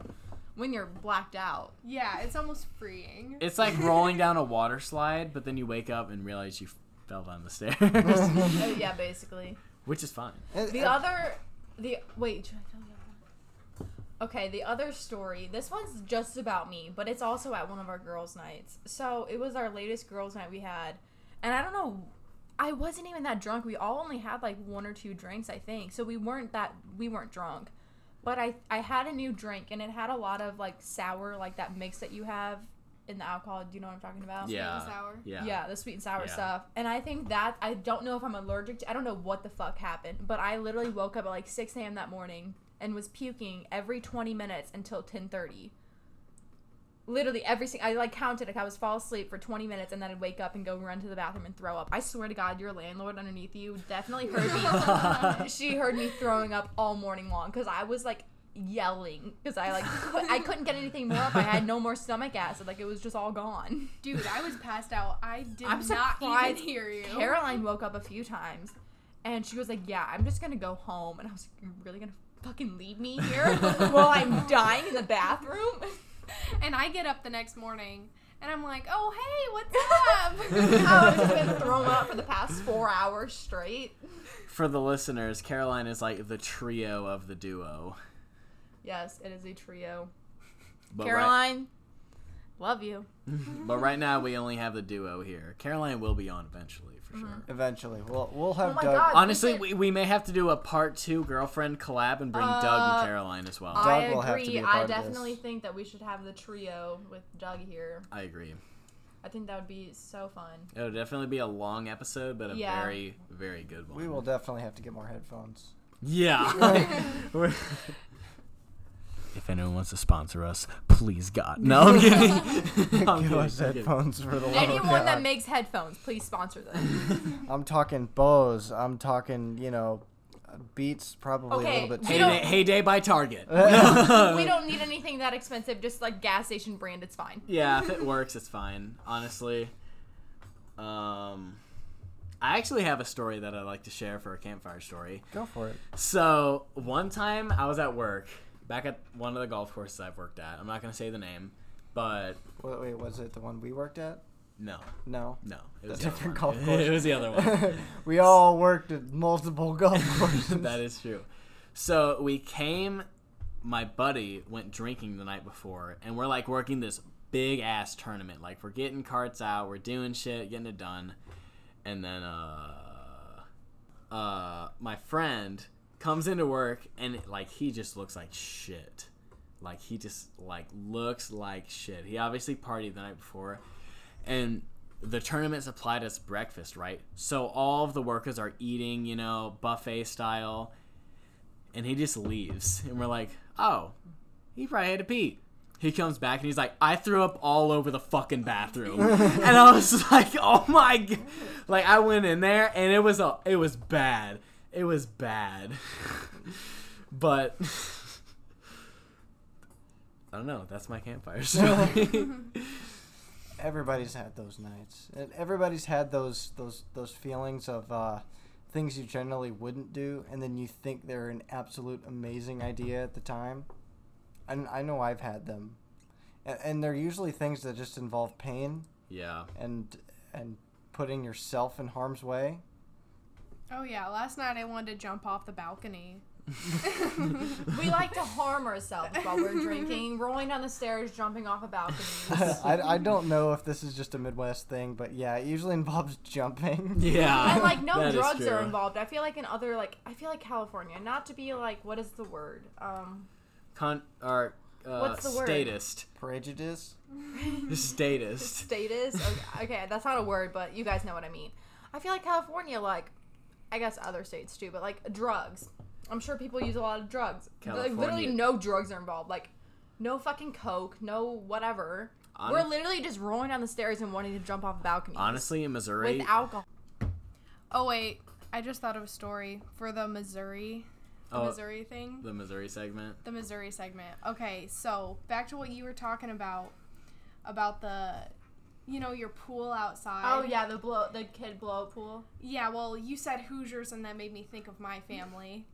S4: when you're blacked out.
S3: Yeah, it's almost freeing.
S1: It's like rolling down a water slide, but then you wake up and realize you fell down the stairs,
S4: (laughs) Oh, yeah, basically.
S1: which is fine.
S2: It-
S4: The
S2: it-
S4: other, the wait. Should I tell the other one? Okay, the other story. This one's just about me, but it's also at one of our girls' nights. So it was our latest girls' night we had, and I don't know. I wasn't even that drunk. We all only had like one or two drinks, I think. So we weren't that we weren't drunk. But I I had a new drink and it had a lot of like sour like that mix that you have in the alcohol. Do you know what I'm talking about?
S1: Yeah.
S3: sour.
S1: Yeah.
S4: Yeah, the sweet and sour
S1: Yeah.
S4: stuff. And I think that I don't know if I'm allergic to I don't know what the fuck happened, but I literally woke up at like six AM that morning and was puking every twenty minutes until ten thirty. Literally every single I like counted like I was fall asleep for twenty minutes and then I'd wake up and go run to the bathroom and throw up. I swear to God, your landlord underneath you definitely
S1: (laughs)
S4: heard me. she heard me throwing up all morning long because I was like yelling because I like cou- I couldn't get anything more up. I had no more stomach acid. Like it was just all gone.
S3: (laughs) Dude, I was passed out. I did
S4: I'm
S3: not even
S4: surprised
S3: hear you.
S4: Caroline woke up a few times and she was like, Yeah, I'm just gonna go home. And I was like, You're really gonna fucking leave me
S3: (laughs)
S4: here while I'm dying in the bathroom? (laughs)
S3: (laughs) and I get up the next morning and I'm like, oh, hey, what's up? (laughs)
S4: I was just been thrown up for the past four hours straight.
S1: For the listeners, Caroline is like the trio of the duo.
S4: Yes, it is a trio.
S1: But
S4: Caroline, love you.
S1: Right, but right now we only have the duo here. Caroline will be on eventually for
S4: Mm-hmm.
S1: sure.
S2: Eventually, we'll we'll have
S4: Oh my
S2: Doug.
S4: God.
S1: Honestly,
S4: did-
S1: we, we may have to do a part two girlfriend collab and bring Doug
S4: Uh,
S1: and Caroline as well.
S2: Doug
S4: I
S2: will have to be
S4: agree.
S2: a part
S4: I
S2: of this.
S4: definitely think that we should have the trio with Doug here.
S1: I agree.
S4: I think that would be so fun.
S1: It'll definitely be a long episode, but a
S4: Yeah.
S1: very, very good one.
S2: We will definitely have to get more headphones.
S4: (laughs)
S1: Yeah. (laughs) We're- if anyone wants to sponsor us, please God. No, (laughs) I'm
S4: (laughs)
S1: kidding. I'm
S2: Give
S1: kidding,
S2: us
S1: I'm kidding.
S2: headphones for the love of
S4: Anyone
S2: God.
S4: that makes headphones, please sponsor them.
S2: I'm talking Bose. I'm talking, you know, Beats probably a
S4: Okay,
S2: little bit.
S4: we
S1: Hey
S2: too.
S4: don't-
S1: day, hey day by
S2: (laughs)
S1: Target. Uh.
S4: we don't need anything that expensive, just like gas station brand, it's fine.
S1: (laughs) yeah, if it works, it's fine. Honestly, um, I actually have a story that I like to share for a campfire story.
S2: Go for it.
S1: So one time I was at work, back at one of the golf courses I've worked at. I'm not gonna say the name, but
S2: Wait, wait, was it the one we worked at?
S1: no,
S2: No. (laughs)
S1: no, it was
S2: A
S1: the other
S2: different
S1: one.
S2: golf course.
S1: (laughs) It was the other one.
S2: we all worked at multiple golf courses.
S1: (laughs) that is true. So we came. My buddy went drinking the night before, and we're like working this big ass tournament. Like we're getting carts out, we're doing shit, getting it done, and then uh, uh, my friend comes into work and like he just looks like shit. Like he just like looks like shit. He obviously partied the night before, and the tournament supplied us breakfast, right? So all of the workers are eating, you know, buffet style, and he just leaves, and we're like, oh, he probably had to pee. He comes back and he's like, I threw up all over the fucking bathroom, and I was like, oh my, g-. like I went in there and it was a, it was bad, it was bad, but. (laughs) I don't know. That's my campfire story.
S2: everybody's had those nights. And Everybody's had those those those feelings of uh, things you generally wouldn't do, and then you think they're an absolute amazing idea at the time. And I know I've had them, and, and they're usually things that just involve pain
S1: yeah.
S2: and and putting yourself in harm's way. (laughs)
S3: oh, yeah. Last night I wanted to jump off the balcony.
S4: We like to harm ourselves while we're
S1: (laughs)
S4: drinking, rolling down the stairs, jumping off a balcony.
S2: I, I don't know if this is just a Midwest thing, but yeah, it usually involves jumping.
S1: Yeah.
S4: And like no
S1: that is
S4: drugs are
S1: true.
S4: involved. I feel like in other like I feel like California, not to be like what is the word? Um
S1: Con or uh,
S4: What's the word?
S1: statist.
S2: (laughs)
S1: (laughs)
S2: Prejudice.
S1: Statist. (laughs)
S4: status. Okay, okay, that's not a word, but you guys know what I mean. I feel like California like I guess other states too, but like drugs. I'm sure people use a lot of drugs. Like literally
S1: California.
S4: no drugs are involved. Like no fucking coke, no whatever.
S1: Hon-
S4: We're literally just rolling down the stairs and wanting to jump off balconies.
S1: Honestly, in Missouri,
S4: with alcohol.
S3: Oh, wait. I just thought of a story for the Missouri, the
S1: oh,
S3: Missouri thing.
S1: the Missouri segment.
S3: the Missouri segment. Okay, so back to what you were talking about about the you know your pool outside.
S4: Oh yeah, the blow the kid blow up pool.
S3: Yeah, well, you said Hoosiers and that made me think of my
S4: (laughs)
S3: family.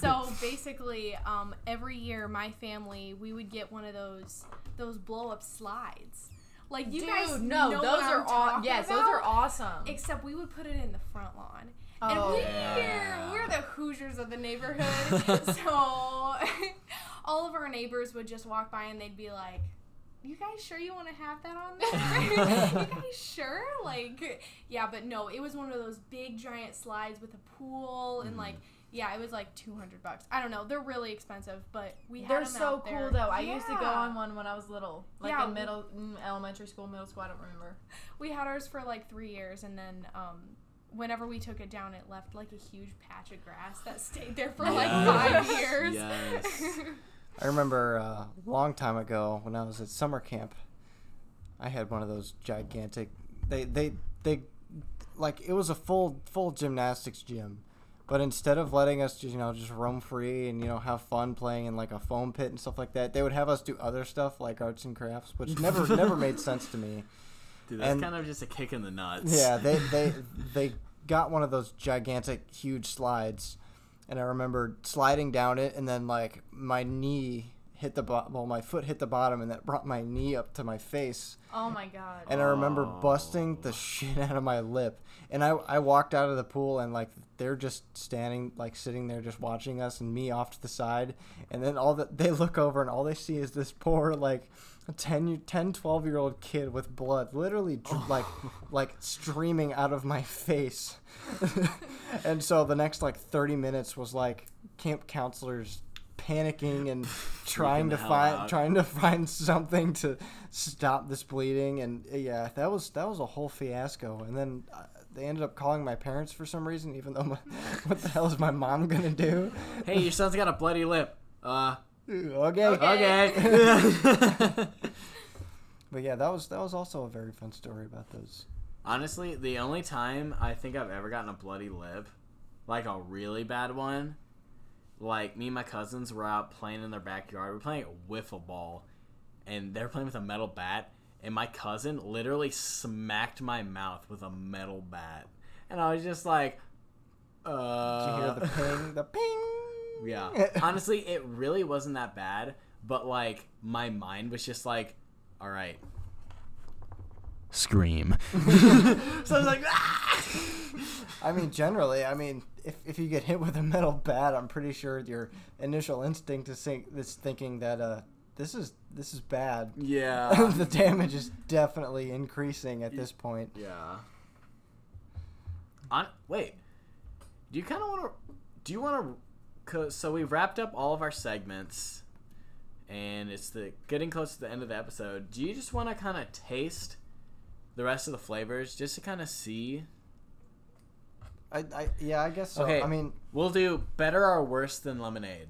S3: so basically, um, every year my family we would get one of those those blow up slides. Like you
S4: Dude,
S3: guys
S4: no,
S3: know
S4: those
S3: what
S4: are
S3: I'm
S4: all
S3: talking
S4: yes, those are
S3: about,
S4: awesome.
S3: Except we would put it in the front lawn.
S4: Oh.
S3: And we,
S1: Yeah.
S3: we're the Hoosiers of the neighborhood. (laughs) so all of our neighbors would just walk by and they'd be like, you guys sure you want to have that on there? (laughs) you guys sure?
S4: Mm.
S3: Like, yeah, but no, it was one of those big giant slides with a pool and like Yeah, it was like 200 bucks. I don't know. They're really expensive, but we
S4: They're
S3: had them
S4: so
S3: out
S4: cool
S3: there.
S4: though. I used to go
S3: Yeah.
S4: on one when I was little, like
S3: Yeah,
S4: in
S3: we-
S4: middle, mm, elementary school, middle school. I don't (laughs) remember.
S3: We had ours for like three years, and then um, whenever we took it down, it left like a huge patch of grass that stayed there for like
S1: Yes.
S3: (laughs) five years.
S1: Yes.
S2: I remember uh, a long time ago when I was at summer camp, I had one of those gigantic. They they they like it was a full full gymnastics gym, but instead of letting us just you know just roam free and you know have fun playing in like a foam pit and stuff like that, they would have us do other stuff like arts and crafts, which never never made sense to me.
S1: Dude, that's
S2: And-
S1: kind of just a kick in the nuts. (laughs)
S2: Yeah, they they they got one of those gigantic, huge slides, and I remember sliding down it, and then like my knee hit the bottom, well, my foot hit the bottom, and that brought my knee up to my face,
S4: Oh my god.
S2: and I remember
S1: Oh.
S2: busting the (laughs) shit out of my lip, and I I walked out of the pool, and like they're just standing, like sitting there, just watching us, and me off to the side, and then all that they look over, and all they see is this poor like. 10, 10 12 year old kid with blood literally dr- like like streaming out of my face (laughs) and so the next like 30 minutes was like camp counselors panicking and trying to
S1: the hell
S2: find
S1: out.
S2: trying to (laughs) find something to stop this bleeding and uh, yeah that was that was a whole fiasco and then uh, they ended up calling my parents for some reason even though my, (laughs) what the hell is my mom gonna do
S1: Hey, your son's got a bloody lip. Uh,
S2: okay.
S1: okay.
S4: (laughs)
S1: (laughs)
S2: but yeah that was that was also a very fun story about those
S1: Honestly, the only time I think I've ever gotten a bloody lip, like a really bad one, like me and my cousins were out playing in their backyard. We were playing wiffle ball, and they were playing with a metal bat. And my cousin literally smacked my mouth with a metal bat, and I was just like,
S2: did you
S1: "Uh." (laughs)
S2: (laughs) hear the ping the ping (laughs)
S1: Yeah. Honestly, it really wasn't that bad, but like my mind was just like, all right. (laughs) Scream. so I was like, ah!
S2: I mean, generally, I mean, if, if you get hit with a metal bat, I'm pretty sure your initial instinct is, think, is thinking that uh, this is this is bad.
S1: Yeah.
S2: (laughs) the damage is definitely increasing at this point.
S1: yeah. On wait. Do you kind of want to do you want to so we've wrapped up all of our segments and it's the getting close to the end of the episode. Do you just want to kind of taste the rest of the flavors just to kind of see
S2: I, I yeah, I guess so.
S1: Okay.
S2: I mean,
S1: We'll do better or worse than
S2: (laughs)
S1: lemonade.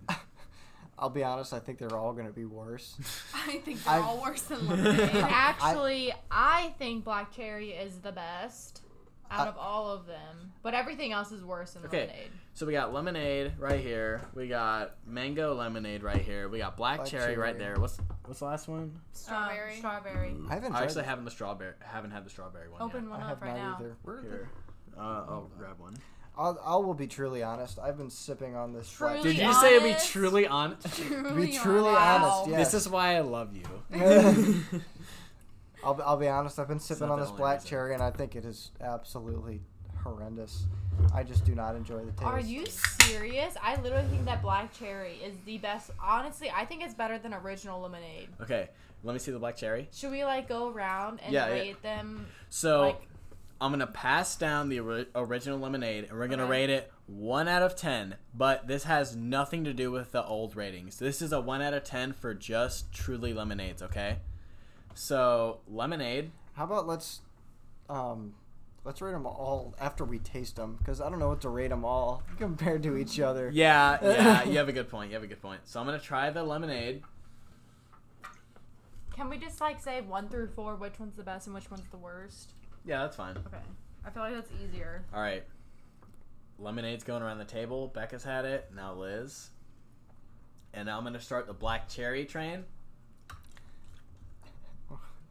S2: I'll be honest. I think they're all going to be worse.
S3: I think they're
S2: I've-
S3: all worse than (laughs) lemonade. Um,
S4: Actually, I, think black cherry is the best out
S2: I-
S4: of all of them, but everything else is worse than
S1: Okay.
S4: lemonade.
S1: So we got lemonade right here. We got mango lemonade right here. We got black,
S2: Black
S1: cherry, right
S2: cherry.
S1: there. What's what's the last one?
S3: Strawberry.
S4: Um,
S3: (laughs)
S4: strawberry.
S2: I haven't.
S1: I
S2: tried
S1: actually
S2: it.
S1: haven't the strawberry. Haven't had the strawberry one
S4: Open
S2: Mm, I
S4: one
S2: have
S4: up
S2: not
S4: right now.
S2: either. Where are
S1: yet.
S2: the-
S1: Here. Uh, I'll grab one.
S2: I'll, I will be truly honest. I've been sipping on this. black
S4: Truly
S1: Did
S2: tea.
S1: you say be
S4: honest?
S1: truly honest?
S2: be truly
S4: honest.
S2: honest?
S4: Wow.
S2: Yes.
S1: This is why I love you.
S2: I'll be, I'll be honest. I've been sipping
S1: not
S2: on
S1: the
S2: this
S1: only
S2: black
S1: reason.
S2: cherry, and I think it is absolutely horrendous. I just do not enjoy the taste.
S4: Are you serious? I literally think that black cherry is the best. Honestly, I think it's better than original lemonade.
S1: okay, let me see the black cherry.
S4: Should we like go around and
S1: Yeah, yeah.
S4: rate them?
S1: So
S4: Like-
S1: I'm gonna pass down the ori- original lemonade, and we're gonna
S4: Okay.
S1: rate it one out of ten. But this has nothing to do with the old ratings. This is a one out of ten for just Truly lemonades. Okay, so lemonade.
S2: How about let's, um, let's rate them all after we taste them, because I don't know what to rate them all (laughs) compared to each other.
S1: Yeah, yeah, you have a good point. You have a good point. So I'm gonna try the lemonade.
S4: Can we just like say one through four, which one's the best and which one's the worst?
S1: Yeah, that's fine.
S4: Okay, I feel like that's easier.
S1: All right, lemonade's going around the table. Becca's had it. Now Liz, and now I'm gonna start the black cherry train.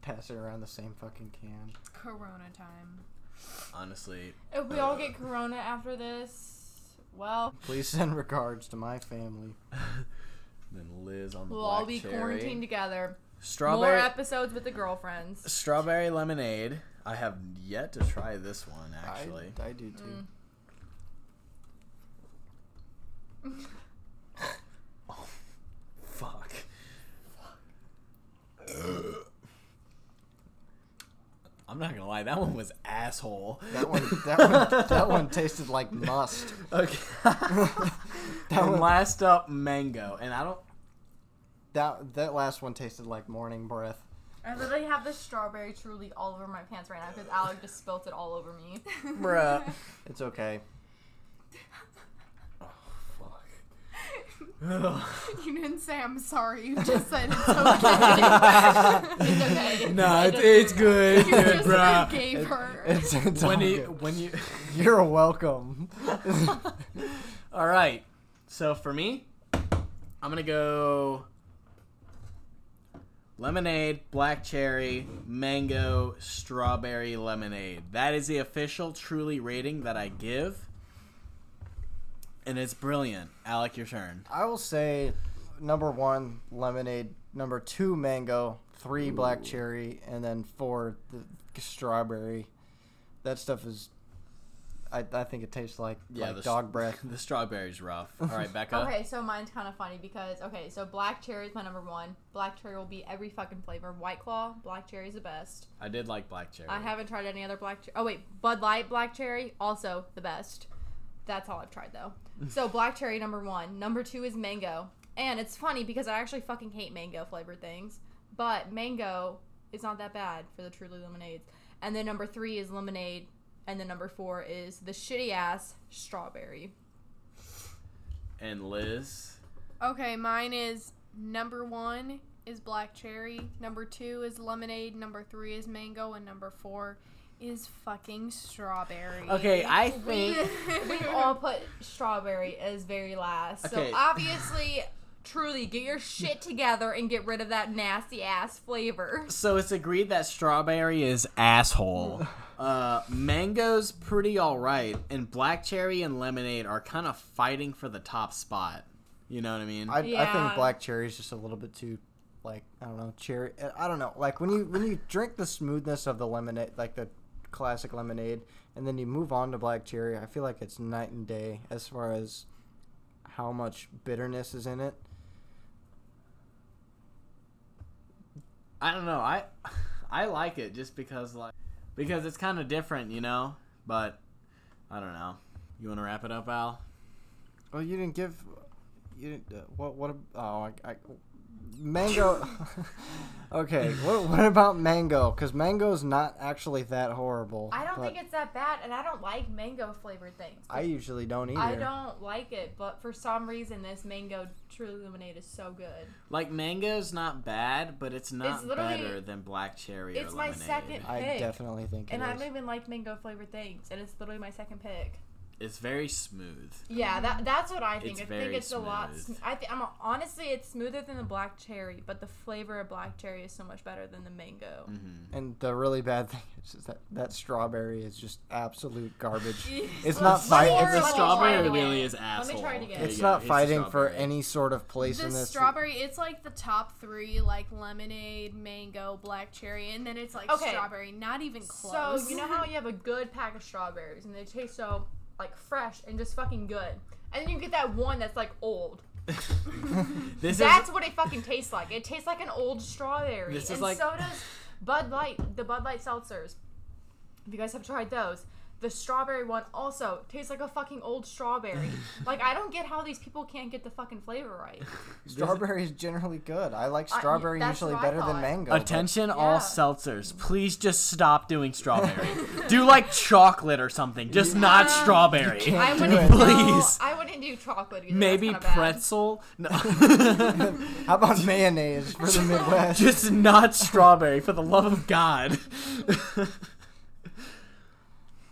S2: Pass it around the same fucking can.
S3: Corona time.
S1: Honestly, (laughs)
S4: If we all get Corona after this, well,
S2: Please send regards to my family.
S1: then Liz on the
S4: we'll
S1: black
S4: all be
S1: cherry.
S4: quarantined together.
S1: Strawberry
S4: More episodes with the girlfriends.
S1: strawberry lemonade. I have yet to try this one actually.
S2: I, I do too.
S1: (laughs) Mm. Fuck. I'm not gonna lie, that one was asshole.
S2: That one,
S1: (laughs)
S2: that one, that one tasted like must. (laughs)
S1: Okay. and last up, mango, and I don't.
S2: That that last one tasted like morning breath.
S4: I literally have the strawberry truly all over my pants right now because Alec just spilt it all over me.
S3: (laughs)
S1: Bruh.
S2: It's okay. (laughs)
S1: Fuck. (laughs) Ugh.
S3: You didn't say I'm sorry. You just said it's okay. (laughs)
S4: It's okay.
S1: no, it's, it's good,
S3: you just
S1: bruh.
S3: forgave her.
S2: It's, it's
S1: When
S2: all
S1: you
S2: good.
S1: when you. (laughs)
S2: You're welcome.
S1: All right. So for me, I'm gonna go lemonade, black cherry, mango, strawberry lemonade. That is the official Truly rating that I give, and it's brilliant. Alec, your turn.
S2: I will say number one, lemonade. Number two, mango. Three, black cherry. And then four, the strawberry. That stuff is. I, I think it tastes like, like
S1: the
S2: dog
S1: s-
S2: breath.
S1: The strawberry's rough. All right, Becca.
S4: Okay, so mine's kind of funny because okay, so black cherry is my number one. Black cherry will be every fucking flavor. White claw, black cherry is the best.
S1: I did like black cherry.
S4: I haven't tried any other black. Cher- oh wait, Bud Light black cherry also the best. That's all I've tried though. So black cherry number one. Number two is mango, and it's funny because I actually fucking hate mango flavored things, but mango is not that bad for the Truly lemonades. And then number three is lemonade, and then number four is the shitty ass strawberry.
S1: And Liz.
S3: Okay, mine is number one is black cherry, number two is lemonade, number three is mango, and number four is fucking strawberry. (laughs)
S1: Okay, I think.
S2: (laughs)
S4: We've all put strawberry as very last.
S1: Okay.
S4: So obviously, truly, get your shit together and get rid of that nasty ass flavor.
S1: So it's agreed that strawberry is (laughs) asshole. Uh, mango's pretty alright, and black cherry and lemonade are kind of fighting for the top spot. You know what I mean?
S2: I, I
S4: Yeah.
S2: think black cherry is just a little bit too. Like I don't know cherry. eh, I don't know. Like when you when you drink the smoothness of the lemonade, like the classic lemonade, and then you move on to black cherry. I feel like it's night and day as far as how much bitterness is in it.
S1: I don't know. I (laughs) I like it just because like because it's kind of different, you know. But I don't know. You want to wrap it up, Al?
S2: Well, you didn't give. You didn't, uh, what? What? ab- Oh, I, I, (laughs) mango. okay. What? What about mango? Because mango's not actually that horrible.
S4: I don't
S2: but
S4: think it's that bad, and I don't like mango flavored things.
S2: I usually don't either.
S4: I don't like it, but for some reason, this mango truly lemonade is so good.
S1: Like mango's not bad, but it's not
S4: It's literally-
S1: better than black cherry
S4: it's
S1: or
S4: my
S1: lemonade.
S4: second-
S2: I
S4: Hey.
S2: definitely think.
S4: And
S2: it
S4: I
S2: is.
S4: don't even like mango flavored things, and it's literally my second pick. Mm-hmm.
S1: It's very smooth.
S4: Yeah, that that's what I think.
S1: It's
S4: I think
S1: very
S4: it's a lot.
S1: smooth.
S4: Sm- I think I'm honestly, it's smoother than the black cherry, but the flavor of black cherry is so much better than the
S2: Mm-hmm.
S4: mango.
S1: Mm-hmm.
S2: And the really bad thing is just that that strawberry is just absolute garbage.
S4: (laughs)
S2: it's
S4: Well,
S2: not
S4: it's
S2: fighting.
S4: horrible.
S2: It's,
S4: Let me try it
S1: strawberry
S4: again.
S1: really is
S4: Let me try
S1: asshole.
S4: it again.
S1: There you
S2: it's
S1: go.
S2: not
S1: the
S2: fighting for
S1: strawberry. (laughs)
S2: any sort of place
S3: The
S2: in this.
S3: strawberry, it's like the top three, like lemonade, mango, black cherry, and then it's like
S4: Okay.
S3: strawberry. Not even close.
S4: So you know how you have a good pack of strawberries and they taste so like fresh and just fucking good, and then you get that one that's like old.
S1: This is
S4: That's what it fucking tastes like. It tastes like an old strawberry.
S1: This is
S4: and
S1: like-
S4: so does Bud Light, the Bud Light seltzers. If you guys have tried those, the strawberry one also tastes like a fucking old
S1: (laughs)
S4: strawberry. like I don't get how these people can't get the fucking flavor right.
S2: strawberry is generally good. I like
S4: I-
S2: strawberry
S4: that's
S2: usually
S4: what I
S2: better than
S4: thought.
S2: mango. but-
S1: Attention,
S4: Yeah.
S1: all seltzers. Please just stop doing strawberry. Do like chocolate or something, just not strawberry.
S2: can't-
S4: I
S2: Do
S4: wouldn't
S2: it.
S4: do,
S1: Please.
S4: I wouldn't do chocolate either.
S1: Maybe
S4: That's kinda bad.
S1: pretzel. No.
S2: (laughs) How about mayonnaise for the
S1: (laughs)
S2: Midwest?
S1: just not strawberry, for the love of God. (laughs) all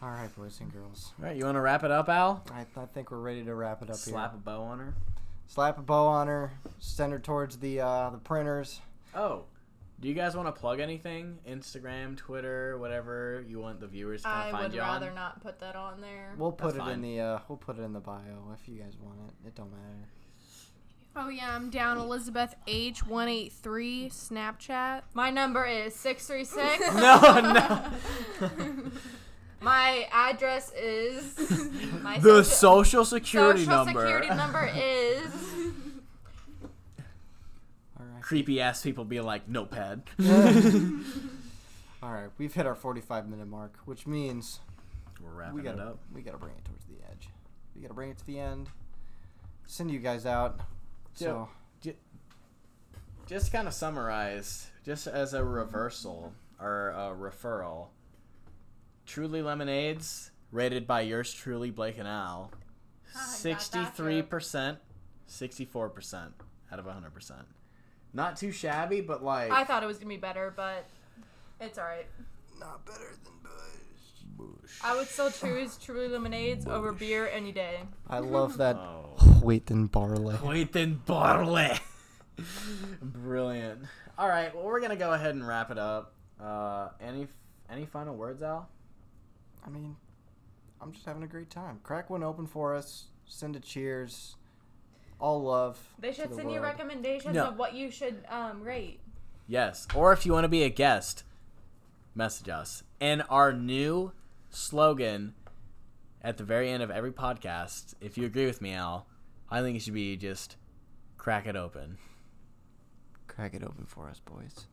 S2: All right, boys and girls.
S1: right, you want to wrap it up, Al?
S2: I, I think we're ready to wrap it up
S1: Slap a
S2: here.
S1: bow on her.
S2: Slap a bow on her. Send her towards the uh, the printers.
S1: Oh, do you guys want to plug anything? Instagram, Twitter, whatever you want the viewers to kinda
S4: I
S1: find
S4: would
S1: you
S4: rather
S1: on.
S4: not put that on there.
S2: We'll put
S1: That's
S2: it
S1: fine.
S2: in the uh, we'll put it in the bio if you guys want it. It don't matter.
S3: (laughs) oh yeah, I'm down. Elizabeth H one eight
S4: (laughs)
S3: three Snapchat.
S4: My number is six three six.
S1: (laughs) No, no.
S4: (laughs)
S1: (laughs)
S4: My address is my
S1: The social
S4: social-
S1: security
S4: Social
S1: number.
S4: security number
S1: (laughs)
S4: is.
S2: All
S1: (laughs)
S2: right.
S1: Creepy ass people be like, notepad.
S2: All right, we've hit our 45 minute mark, which means
S1: We're wrapping
S2: we
S1: it
S2: gotta
S1: up.
S2: we gotta bring it towards the edge. We gotta bring it to the end. Send you guys out. So
S1: Just to kind of summarize, just as a reversal or a referral, Truly Lemonades, rated by yours truly, Blake and Al,
S4: Ah, you got that
S1: 63%, 64% out of 100%. Not too shabby, but like.
S4: I thought it was gonna be better, but it's alright.
S2: not Ah, better than Bush.
S4: I would still choose Truly Lemonades over beer any day.
S2: I
S1: (laughs)
S2: love that (laughs)
S1: Oh.
S2: wheat and barley.
S1: Wheat and barley. (laughs) Brilliant. All right, well, we're going to go ahead and wrap it up. Uh, any any final words, Al?
S2: I mean, I'm just having a great time. Crack one open for us. Send a cheers. All love.
S4: They
S2: to
S4: should
S2: the
S4: send you
S2: world.
S4: recommendations
S1: No.
S4: of what you should um, rate.
S1: Yes. Or if you want to be a guest, message us. And our new slogan at the very end of every podcast, if you agree with me, Al, I think it should be just crack it open.
S2: Crack it open for us, boys.